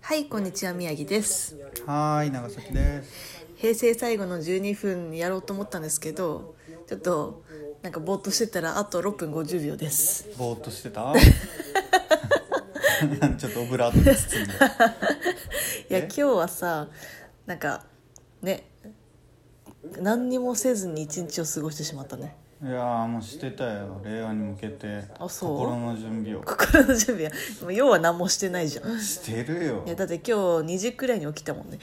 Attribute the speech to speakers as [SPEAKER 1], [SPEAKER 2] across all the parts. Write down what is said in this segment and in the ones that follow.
[SPEAKER 1] はいこんにちは宮城です
[SPEAKER 2] はーい、長崎です。
[SPEAKER 1] 平成最後の12分やろうと思ったんですけどちょっとなんかぼーっとしてたらあと6分50秒です
[SPEAKER 2] ぼーっとしてた。 ちょっとオブラートに包んで。
[SPEAKER 1] いや
[SPEAKER 2] え
[SPEAKER 1] 今日はさなんかね何にもせずに一日を過ごしてしまったね
[SPEAKER 2] いやー、もうしてたよ、令和に向けて。
[SPEAKER 1] あそう
[SPEAKER 2] 心の準備を。
[SPEAKER 1] 心の準備はもう要は何もしてないじゃんい
[SPEAKER 2] してるよ。
[SPEAKER 1] やだって今日2時くらいに起きたもんね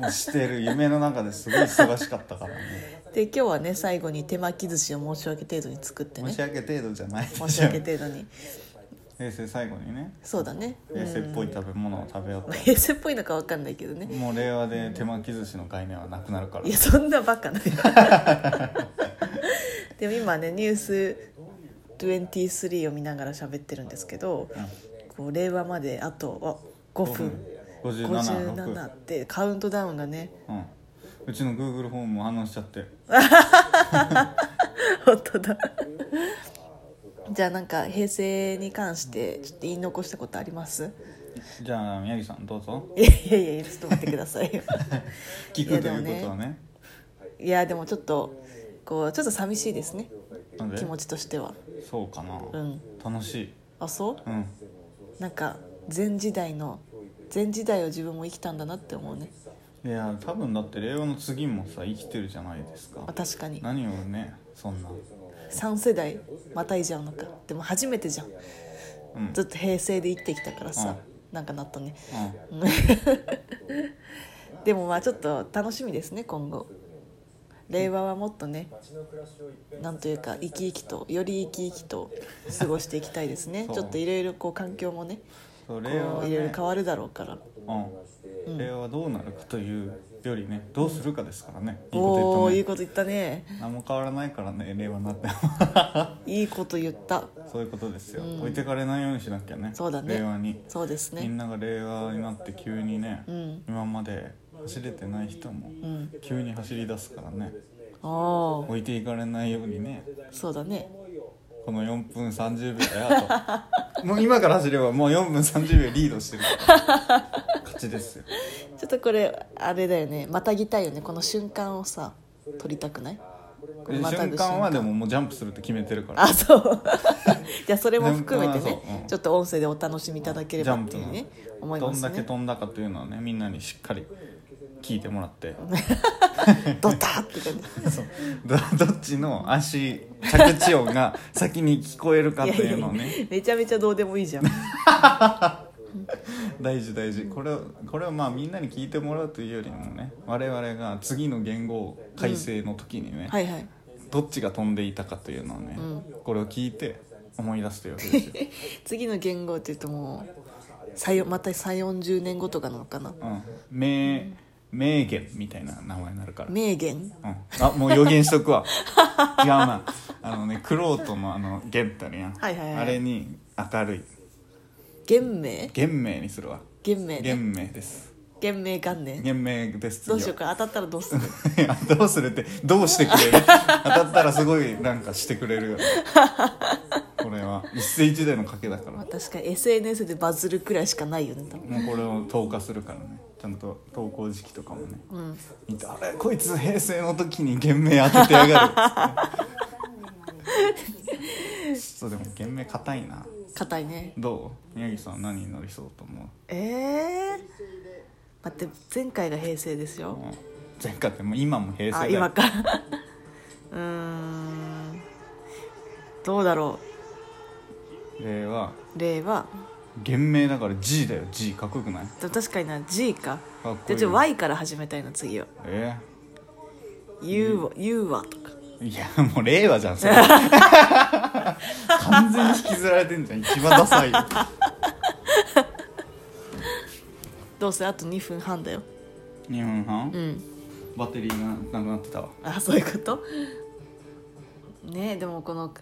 [SPEAKER 2] もうしてる、夢の中ですごい忙しかったからね。
[SPEAKER 1] で今日はね最後に手巻き寿司を申し訳程度に作って
[SPEAKER 2] 申
[SPEAKER 1] ね
[SPEAKER 2] し訳程度じゃないでしょ。
[SPEAKER 1] 申し訳程度に
[SPEAKER 2] 平成最後にね。
[SPEAKER 1] そうだね
[SPEAKER 2] 平成っぽい食べ物を食べよう
[SPEAKER 1] 平成っぽいのか分かんないけどね
[SPEAKER 2] と。もう令和で手巻き寿司の概念はなくなるから
[SPEAKER 1] い。やそんなバカなでも今ねニュース23を見ながら喋ってるんですけど、こう令和まであとあ5分
[SPEAKER 2] 五十七、
[SPEAKER 1] 57
[SPEAKER 2] 六。
[SPEAKER 1] ってカウントダウンがね
[SPEAKER 2] うん。うちの Google ホームも反応しちゃって。
[SPEAKER 1] 本当だじゃあなんか平成に関してちょっと言い残したことあります
[SPEAKER 2] じゃあ、宮城さん、どうぞ。
[SPEAKER 1] いやいやいやちょっと待ってくださいよ
[SPEAKER 2] 聞くということはね
[SPEAKER 1] いやでもちょっとこうちょっと寂しいですね
[SPEAKER 2] なんで
[SPEAKER 1] 気持ちとしては
[SPEAKER 2] そうかな、
[SPEAKER 1] うん
[SPEAKER 2] 楽しい
[SPEAKER 1] あそう
[SPEAKER 2] うん
[SPEAKER 1] なんか前時代の前時代を自分も生きたんだなって思うね、
[SPEAKER 2] いや多分だって令和の次もさ生きてるじゃないですか
[SPEAKER 1] まあ、確かに
[SPEAKER 2] 何をねそんな
[SPEAKER 1] 3世代またいじゃうのかでも初めてじゃん
[SPEAKER 2] うんうん
[SPEAKER 1] ずっと平成で生きてきたからさ、
[SPEAKER 2] うん
[SPEAKER 1] なんかなったね でもまあちょっと楽しみですね今後令和はもっとねなんというか生き生きとより生き生きと過ごしていきたいですね
[SPEAKER 2] そう
[SPEAKER 1] ちょっといろいろこう環境もね
[SPEAKER 2] そう
[SPEAKER 1] こ
[SPEAKER 2] 令和は
[SPEAKER 1] ういろいろ
[SPEAKER 2] ね
[SPEAKER 1] 変わるだろうから
[SPEAKER 2] うん、令和はどうなるかというよりねどうするかですからねいい
[SPEAKER 1] お
[SPEAKER 2] こ
[SPEAKER 1] お
[SPEAKER 2] と
[SPEAKER 1] い
[SPEAKER 2] 言
[SPEAKER 1] い
[SPEAKER 2] ったね
[SPEAKER 1] こと言ったね
[SPEAKER 2] 何も変わらないからね令和に なっても
[SPEAKER 1] いいこと言った
[SPEAKER 2] そういうことですよ、置いてかれないようにしなきゃね
[SPEAKER 1] そうだね
[SPEAKER 2] 令和に
[SPEAKER 1] そうですね
[SPEAKER 2] みんなが令和になって急にね、
[SPEAKER 1] ん
[SPEAKER 2] 今まで走れてない人も急に走り出すからね
[SPEAKER 1] ああ
[SPEAKER 2] 置いていかれないようにね
[SPEAKER 1] そうだね
[SPEAKER 2] この4分30秒だよあともう今から走ればもう4分30秒リードしてるから勝ちですよ
[SPEAKER 1] ちょっとこれあれだよねまたぎたいよねこの瞬間をさ撮りたくないこれまたぐ
[SPEAKER 2] 瞬間はでももうジャンプするって決めてるから
[SPEAKER 1] あそう じゃあそれも含めて
[SPEAKER 2] 瞬
[SPEAKER 1] ね
[SPEAKER 2] 間はそううん
[SPEAKER 1] ちょっと音声でお楽しみいただければっていう
[SPEAKER 2] ジャ
[SPEAKER 1] ね
[SPEAKER 2] ン
[SPEAKER 1] 思い
[SPEAKER 2] ど
[SPEAKER 1] ま
[SPEAKER 2] ん
[SPEAKER 1] す
[SPEAKER 2] だけ
[SPEAKER 1] ね
[SPEAKER 2] 飛んだかというのはねみんなにしっかり聞いてもらって
[SPEAKER 1] ドタッって感じ
[SPEAKER 2] そうどどっちの足着地音が先に聞こえるかと
[SPEAKER 1] いや
[SPEAKER 2] いう
[SPEAKER 1] い
[SPEAKER 2] の
[SPEAKER 1] や
[SPEAKER 2] をね
[SPEAKER 1] いやめちゃめちゃどうでもいい じゃん
[SPEAKER 2] 大事大事これをこれはまあみんなに聞いてもらうというよりもね我々が次の言語改正の時にね、
[SPEAKER 1] はいはい
[SPEAKER 2] どっちが飛んでいたかというのをね、これを聞いて思い出すというわけですよ、
[SPEAKER 1] 次の言語って言うともうさよまた3 4 0年後とかなのかな
[SPEAKER 2] うん、名名言みたいな名前になるから、
[SPEAKER 1] 名言
[SPEAKER 2] うん、あもう予言しと くわ違うなあのねクロートのあの言ってあるやん、
[SPEAKER 1] はいはいはい
[SPEAKER 2] あれに明るい
[SPEAKER 1] 元名
[SPEAKER 2] 言明にするわ
[SPEAKER 1] 元名ね
[SPEAKER 2] 言明です
[SPEAKER 1] 元名元年
[SPEAKER 2] 言明です
[SPEAKER 1] どうし よう
[SPEAKER 2] う
[SPEAKER 1] か当たったらどうする
[SPEAKER 2] どうするってどうしてくれる当たったらすごいなんかしてくれるよねこれは一世一代の賭けだから
[SPEAKER 1] まあ確かに SNS でバズるくらいしかないよね多分
[SPEAKER 2] もうこれを投下するからねちゃんと投稿時期とかもね、見てあれこいつ平成の時に言明当ててやが るそうでも言明硬いな
[SPEAKER 1] 硬いね
[SPEAKER 2] どう宮城さん何になりそうと思
[SPEAKER 1] ええ待って前回が平成です
[SPEAKER 2] う
[SPEAKER 1] よ
[SPEAKER 2] もう前回ってもう今も平
[SPEAKER 1] あ
[SPEAKER 2] 成だよ
[SPEAKER 1] 今か うーんどうだろ
[SPEAKER 2] 令和
[SPEAKER 1] う令和
[SPEAKER 2] 言明だから G だよ G かっこよくない
[SPEAKER 1] でも確かにな G か
[SPEAKER 2] かっこ
[SPEAKER 1] じ
[SPEAKER 2] い
[SPEAKER 1] ゃ
[SPEAKER 2] い
[SPEAKER 1] ちょ Y から始めたいな次は
[SPEAKER 2] え
[SPEAKER 1] U は U はとか
[SPEAKER 2] ーいやもう令和じゃんそ れ完全に引きずられてんじゃん一番ダサいよ
[SPEAKER 1] どうせあと2分半だよ
[SPEAKER 2] 2分半、
[SPEAKER 1] うん
[SPEAKER 2] バッテリーがなくなってたわ
[SPEAKER 1] あそういうことねえでもこの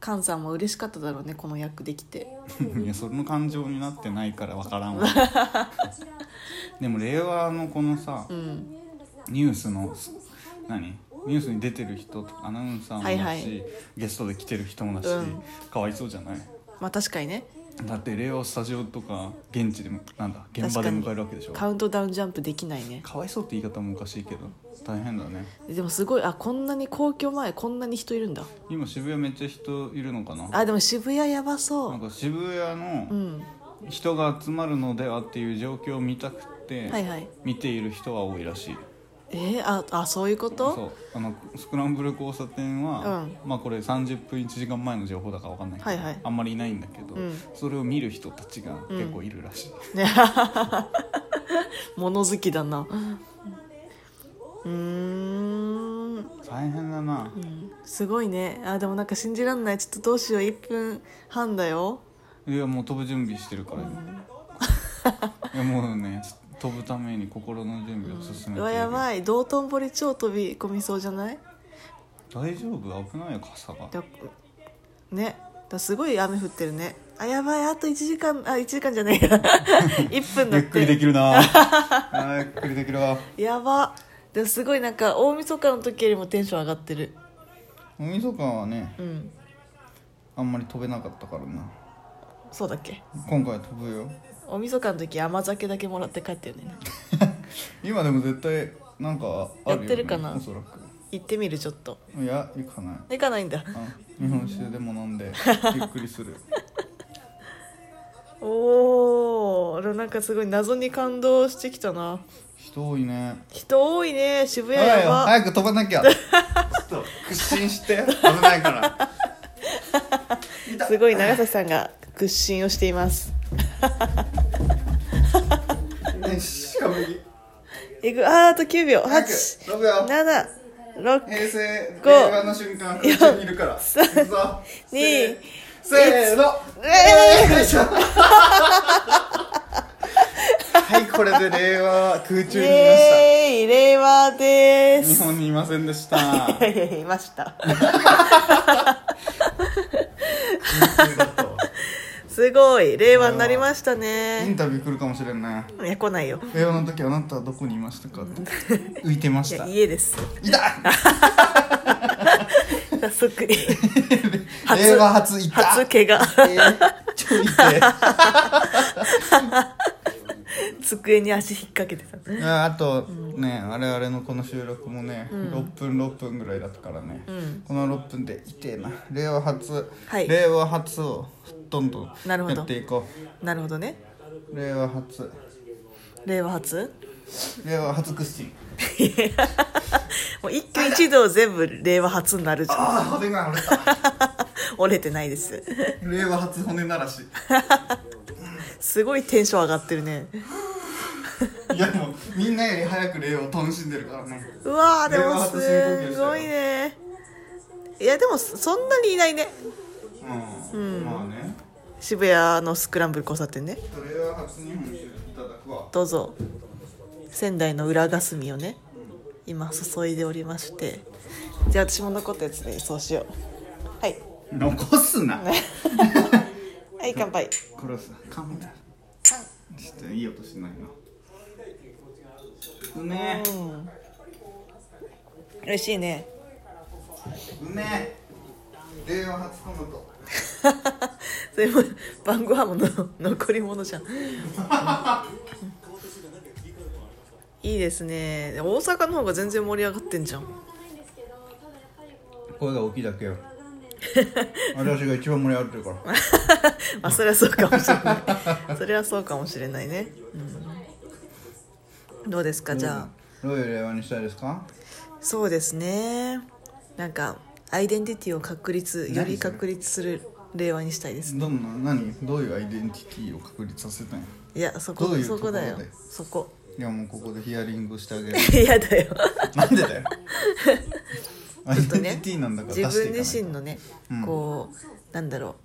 [SPEAKER 1] 菅さんも嬉しかっただろうねこの役できて
[SPEAKER 2] いやその感情になってないから分から んわでも令和のこのさ、ニュースの何ニュースに出てる人とかアナウンサーもだし、
[SPEAKER 1] はいはい
[SPEAKER 2] ゲストで来てる人もだし、
[SPEAKER 1] うん
[SPEAKER 2] かわいそうじゃない
[SPEAKER 1] まあ確かにね
[SPEAKER 2] だって令和スタジオとか現地でもなんだ現場で迎えるわけでしょ
[SPEAKER 1] カ
[SPEAKER 2] か
[SPEAKER 1] ウントダウンジャンプできないね
[SPEAKER 2] わいそうって言い方もおかしいけど大変だね
[SPEAKER 1] でもすごいあこんなに皇居前こんなに人いるんだ
[SPEAKER 2] 今渋谷めっちゃ人いるのかな
[SPEAKER 1] あでも渋谷やばそ
[SPEAKER 2] なん
[SPEAKER 1] う
[SPEAKER 2] か渋谷
[SPEAKER 1] う
[SPEAKER 2] の
[SPEAKER 1] ん
[SPEAKER 2] 人が集まるのではっていう状況を見たくて、
[SPEAKER 1] はいはい
[SPEAKER 2] 見ている人は多いらしい
[SPEAKER 1] えー、ああそういうこと
[SPEAKER 2] そうあのスクランブル交差点は、
[SPEAKER 1] うん
[SPEAKER 2] まあこれ30分1時間前の情報だから分かんないけど、
[SPEAKER 1] はいはい
[SPEAKER 2] あんまりいないんだけど、
[SPEAKER 1] ん
[SPEAKER 2] それを見る人たちが結構いるらしい、
[SPEAKER 1] 物好きだなうーん
[SPEAKER 2] 大変だな、
[SPEAKER 1] すごいねあでもなんか信じらんないちょっとどうしよう1分半だよ
[SPEAKER 2] いやもう飛ぶ準備してるから 今、いやもうね飛ぶために心の準備を進めている
[SPEAKER 1] うわやばい道頓堀超飛び込みそうじゃない
[SPEAKER 2] 大丈夫危ないよ傘が
[SPEAKER 1] だねだすごい雨降ってるねあやばいあと1時間あ1時間じゃない や1分だ
[SPEAKER 2] ゆ
[SPEAKER 1] っ
[SPEAKER 2] っくりで
[SPEAKER 1] て
[SPEAKER 2] きる なあーゆっくりできるわ
[SPEAKER 1] やばでもすごいなんか大晦日の時よりもテンション上がってる
[SPEAKER 2] 大晦日はね
[SPEAKER 1] うん
[SPEAKER 2] あんまり飛べなかったからな
[SPEAKER 1] そうだっけ
[SPEAKER 2] 今回は飛ぶよ
[SPEAKER 1] 大晦日の時甘酒だけもらって帰ったよね
[SPEAKER 2] 今でも絶対なんかある
[SPEAKER 1] や
[SPEAKER 2] よ、ね、
[SPEAKER 1] ってるかな
[SPEAKER 2] おそらく
[SPEAKER 1] 行ってみるちょっと
[SPEAKER 2] いや行かない
[SPEAKER 1] 行かないんだ
[SPEAKER 2] あ日本酒でも飲んでゆっくりする
[SPEAKER 1] おおなんかすごい謎に感動してきたな
[SPEAKER 2] 人多いね
[SPEAKER 1] 人多いね渋谷
[SPEAKER 2] 早い
[SPEAKER 1] や
[SPEAKER 2] よ
[SPEAKER 1] ば
[SPEAKER 2] 早く飛ばなきゃちょっと屈伸して危ないから
[SPEAKER 1] すごい長崎さんが屈伸をしています
[SPEAKER 2] よししかも右
[SPEAKER 1] いくあーあと9秒
[SPEAKER 2] 早く6秒
[SPEAKER 1] 876
[SPEAKER 2] 平成
[SPEAKER 1] 五
[SPEAKER 2] 令和の瞬間空中にいるから
[SPEAKER 1] 三
[SPEAKER 2] 行くぞ
[SPEAKER 1] 二
[SPEAKER 2] せーの
[SPEAKER 1] え
[SPEAKER 2] よいしょはいこれで令和空
[SPEAKER 1] イ
[SPEAKER 2] 中にいました
[SPEAKER 1] エーイ令和で
[SPEAKER 2] 日
[SPEAKER 1] す
[SPEAKER 2] 本にいませんでした。
[SPEAKER 1] いやいやいやいましたすごい令和になりました
[SPEAKER 2] イン
[SPEAKER 1] ね
[SPEAKER 2] タビュー来るかもしれんね。
[SPEAKER 1] いや来ないよ
[SPEAKER 2] 令和の時あなたはどこにいましたかって浮いてま
[SPEAKER 1] い
[SPEAKER 2] した。
[SPEAKER 1] や
[SPEAKER 2] い
[SPEAKER 1] 家です
[SPEAKER 2] た。
[SPEAKER 1] 早速初
[SPEAKER 2] 令和初いた。
[SPEAKER 1] 初怪我
[SPEAKER 2] えーちょいて。
[SPEAKER 1] 机に足引っ掛けてた
[SPEAKER 2] ああとね、我々のこの収録もね、6分6分ぐらいだったからね、この6分でいてえな令和初、
[SPEAKER 1] はい
[SPEAKER 2] 令和初をどんどん
[SPEAKER 1] なるほど
[SPEAKER 2] やっていこ
[SPEAKER 1] なるほどね
[SPEAKER 2] う令和初
[SPEAKER 1] 令和初
[SPEAKER 2] 令和初屈伸
[SPEAKER 1] もう一挙一動全部令和初になるじゃん
[SPEAKER 2] ああ骨が折れた
[SPEAKER 1] 折れてないです
[SPEAKER 2] 令和初骨ならし
[SPEAKER 1] すごいテンション上がってるね
[SPEAKER 2] いやもうみんなより早く令和を楽しんでるからね
[SPEAKER 1] うわーで
[SPEAKER 2] 令和
[SPEAKER 1] も
[SPEAKER 2] 初深呼吸したよ
[SPEAKER 1] すごいねいやでもそんなにいないね
[SPEAKER 2] うん、まあね
[SPEAKER 1] 渋谷のスクランブル交差点ね
[SPEAKER 2] ちょっと令和初日本酒いただくわ
[SPEAKER 1] どうぞ仙台の裏霞をね今注いでおりましてじゃあ私も残ったやつでそうしようはい
[SPEAKER 2] 残すな
[SPEAKER 1] はい乾杯
[SPEAKER 2] 殺すな噛むなちょっといい音しないなうめえ
[SPEAKER 1] 美味しいね
[SPEAKER 2] うめえ令和初トマト
[SPEAKER 1] それも晩ご飯もの残り物じゃんいいですね大阪の方が全然盛り上がってんじゃん
[SPEAKER 2] 声が大きいだ けよ私が一番盛り上がってるから
[SPEAKER 1] まあそれはそうかもしれ ないそれはそうかもしれないね、うん、どうですかじゃあ
[SPEAKER 2] どういう令和にしたいですか
[SPEAKER 1] そうですねなんかアイデンティティを確立
[SPEAKER 2] 何
[SPEAKER 1] より確立する令和にしたいです
[SPEAKER 2] どんな何どういうアイデンティティを確立させたいの
[SPEAKER 1] いやそこ
[SPEAKER 2] どういうと
[SPEAKER 1] そ
[SPEAKER 2] こ
[SPEAKER 1] こ
[SPEAKER 2] ろで
[SPEAKER 1] だよそこ
[SPEAKER 2] いやもうここでヒアリングしてあげる
[SPEAKER 1] 嫌だよ
[SPEAKER 2] なんでだよア イ
[SPEAKER 1] ちょっ
[SPEAKER 2] デン
[SPEAKER 1] と
[SPEAKER 2] テ
[SPEAKER 1] ね
[SPEAKER 2] ィティなんだから
[SPEAKER 1] 自
[SPEAKER 2] 出してい
[SPEAKER 1] 分
[SPEAKER 2] かない
[SPEAKER 1] 自身のね、こうなんだろ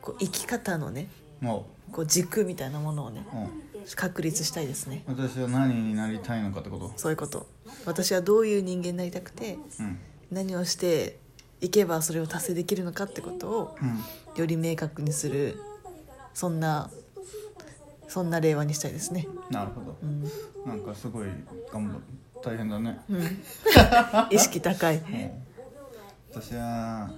[SPEAKER 1] うこう生き方のね
[SPEAKER 2] も
[SPEAKER 1] こう軸みたいなものをね
[SPEAKER 2] う、うん、
[SPEAKER 1] 確立したいですね
[SPEAKER 2] 私は何になりたいのかってこと
[SPEAKER 1] そういうこと私はどういう人間になりたくて
[SPEAKER 2] うん
[SPEAKER 1] 何をしていけばそれを達成できるのかってことを
[SPEAKER 2] うん
[SPEAKER 1] より明確にするそんなそんな令和にしたいですね
[SPEAKER 2] なるほど、なんかすごい頑張っ大変だね、
[SPEAKER 1] 意識高い
[SPEAKER 2] もう私は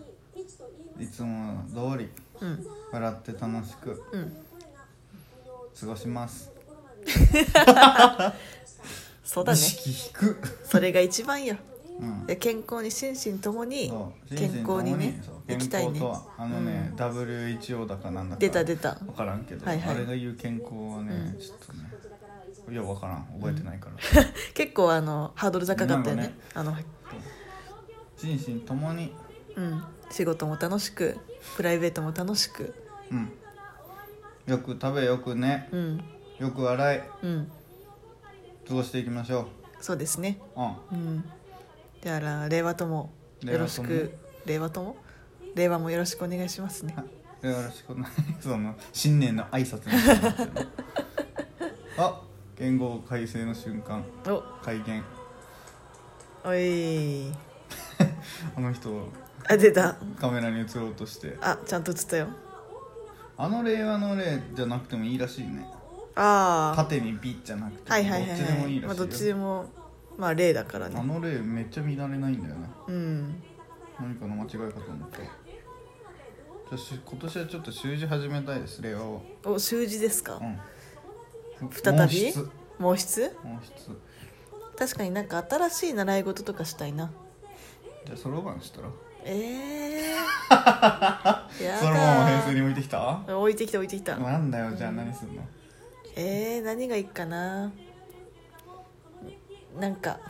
[SPEAKER 2] いつも通り
[SPEAKER 1] うん
[SPEAKER 2] 笑って楽しく
[SPEAKER 1] うん
[SPEAKER 2] 過ごします、
[SPEAKER 1] そうだ
[SPEAKER 2] 意
[SPEAKER 1] ね
[SPEAKER 2] 識低く
[SPEAKER 1] それが一番よ
[SPEAKER 2] うん
[SPEAKER 1] で健康に心身ともに
[SPEAKER 2] そう
[SPEAKER 1] 健康にね行
[SPEAKER 2] 健康
[SPEAKER 1] き
[SPEAKER 2] と
[SPEAKER 1] た
[SPEAKER 2] も
[SPEAKER 1] い
[SPEAKER 2] に
[SPEAKER 1] ね
[SPEAKER 2] そう健康とはあのね、WHO だかなんだか
[SPEAKER 1] 出た出た
[SPEAKER 2] 分からんけど、
[SPEAKER 1] はいはい
[SPEAKER 2] あれが言う健康はね、ちょっとねいや分からん覚えてないから、
[SPEAKER 1] 結構あのハードル高かったよね
[SPEAKER 2] なん
[SPEAKER 1] あの
[SPEAKER 2] 心身ともに
[SPEAKER 1] うん仕事も楽しくプライベートも楽しく
[SPEAKER 2] うんよく食べよくね
[SPEAKER 1] うん
[SPEAKER 2] よく笑い
[SPEAKER 1] うん
[SPEAKER 2] 過ごしていきましょ
[SPEAKER 1] そうですね
[SPEAKER 2] ううん
[SPEAKER 1] うんだから令和ともよろしく令和とも令和もよろしくお願いしますね
[SPEAKER 2] よろしくね その新年の挨拶みたいになってるねあ言語改正の瞬間
[SPEAKER 1] お
[SPEAKER 2] 改元
[SPEAKER 1] おい
[SPEAKER 2] あの人
[SPEAKER 1] あ出た
[SPEAKER 2] カメラに映ろうとして
[SPEAKER 1] あちゃんと映ったよ
[SPEAKER 2] あの令和の例じゃなくてもいいらしいね
[SPEAKER 1] あ
[SPEAKER 2] 縦にビッじゃなくて
[SPEAKER 1] あはいはいはい
[SPEAKER 2] どっちでもい
[SPEAKER 1] はい
[SPEAKER 2] いら
[SPEAKER 1] まあ
[SPEAKER 2] しい
[SPEAKER 1] ど
[SPEAKER 2] よ
[SPEAKER 1] っちでもまあ例だから
[SPEAKER 2] あ
[SPEAKER 1] ね
[SPEAKER 2] の例めっちゃ乱れないんだよね
[SPEAKER 1] うん
[SPEAKER 2] 何かの間違いかと思ったじゃあし今年はちょっと習字始めたいです令和を
[SPEAKER 1] お習字ですか
[SPEAKER 2] うん
[SPEAKER 1] 再
[SPEAKER 2] 毛
[SPEAKER 1] び
[SPEAKER 2] 筆
[SPEAKER 1] 毛筆
[SPEAKER 2] 毛筆
[SPEAKER 1] 確かになんか新しい習い事とかしたいな
[SPEAKER 2] じゃあそろばんしたら
[SPEAKER 1] ええや
[SPEAKER 2] そろばんを平
[SPEAKER 1] だ
[SPEAKER 2] 成に置いてきた
[SPEAKER 1] 置いてきた置いてきた
[SPEAKER 2] なんだよじゃあ何すんの
[SPEAKER 1] えー、何がいいかななんか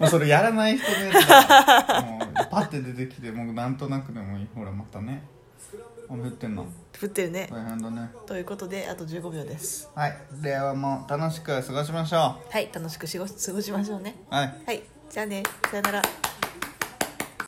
[SPEAKER 2] もうそれやらない人ねだ からもうパッて出てきてもうなんとなくでもいいほらまたねあ降ってんの
[SPEAKER 1] 降ってるね
[SPEAKER 2] 大変だね
[SPEAKER 1] ということであと15秒です
[SPEAKER 2] はい令和も楽しく過ごしましょ
[SPEAKER 1] はい楽しく仕事過ごしましょうね
[SPEAKER 2] うはい
[SPEAKER 1] はいじゃあねさよなら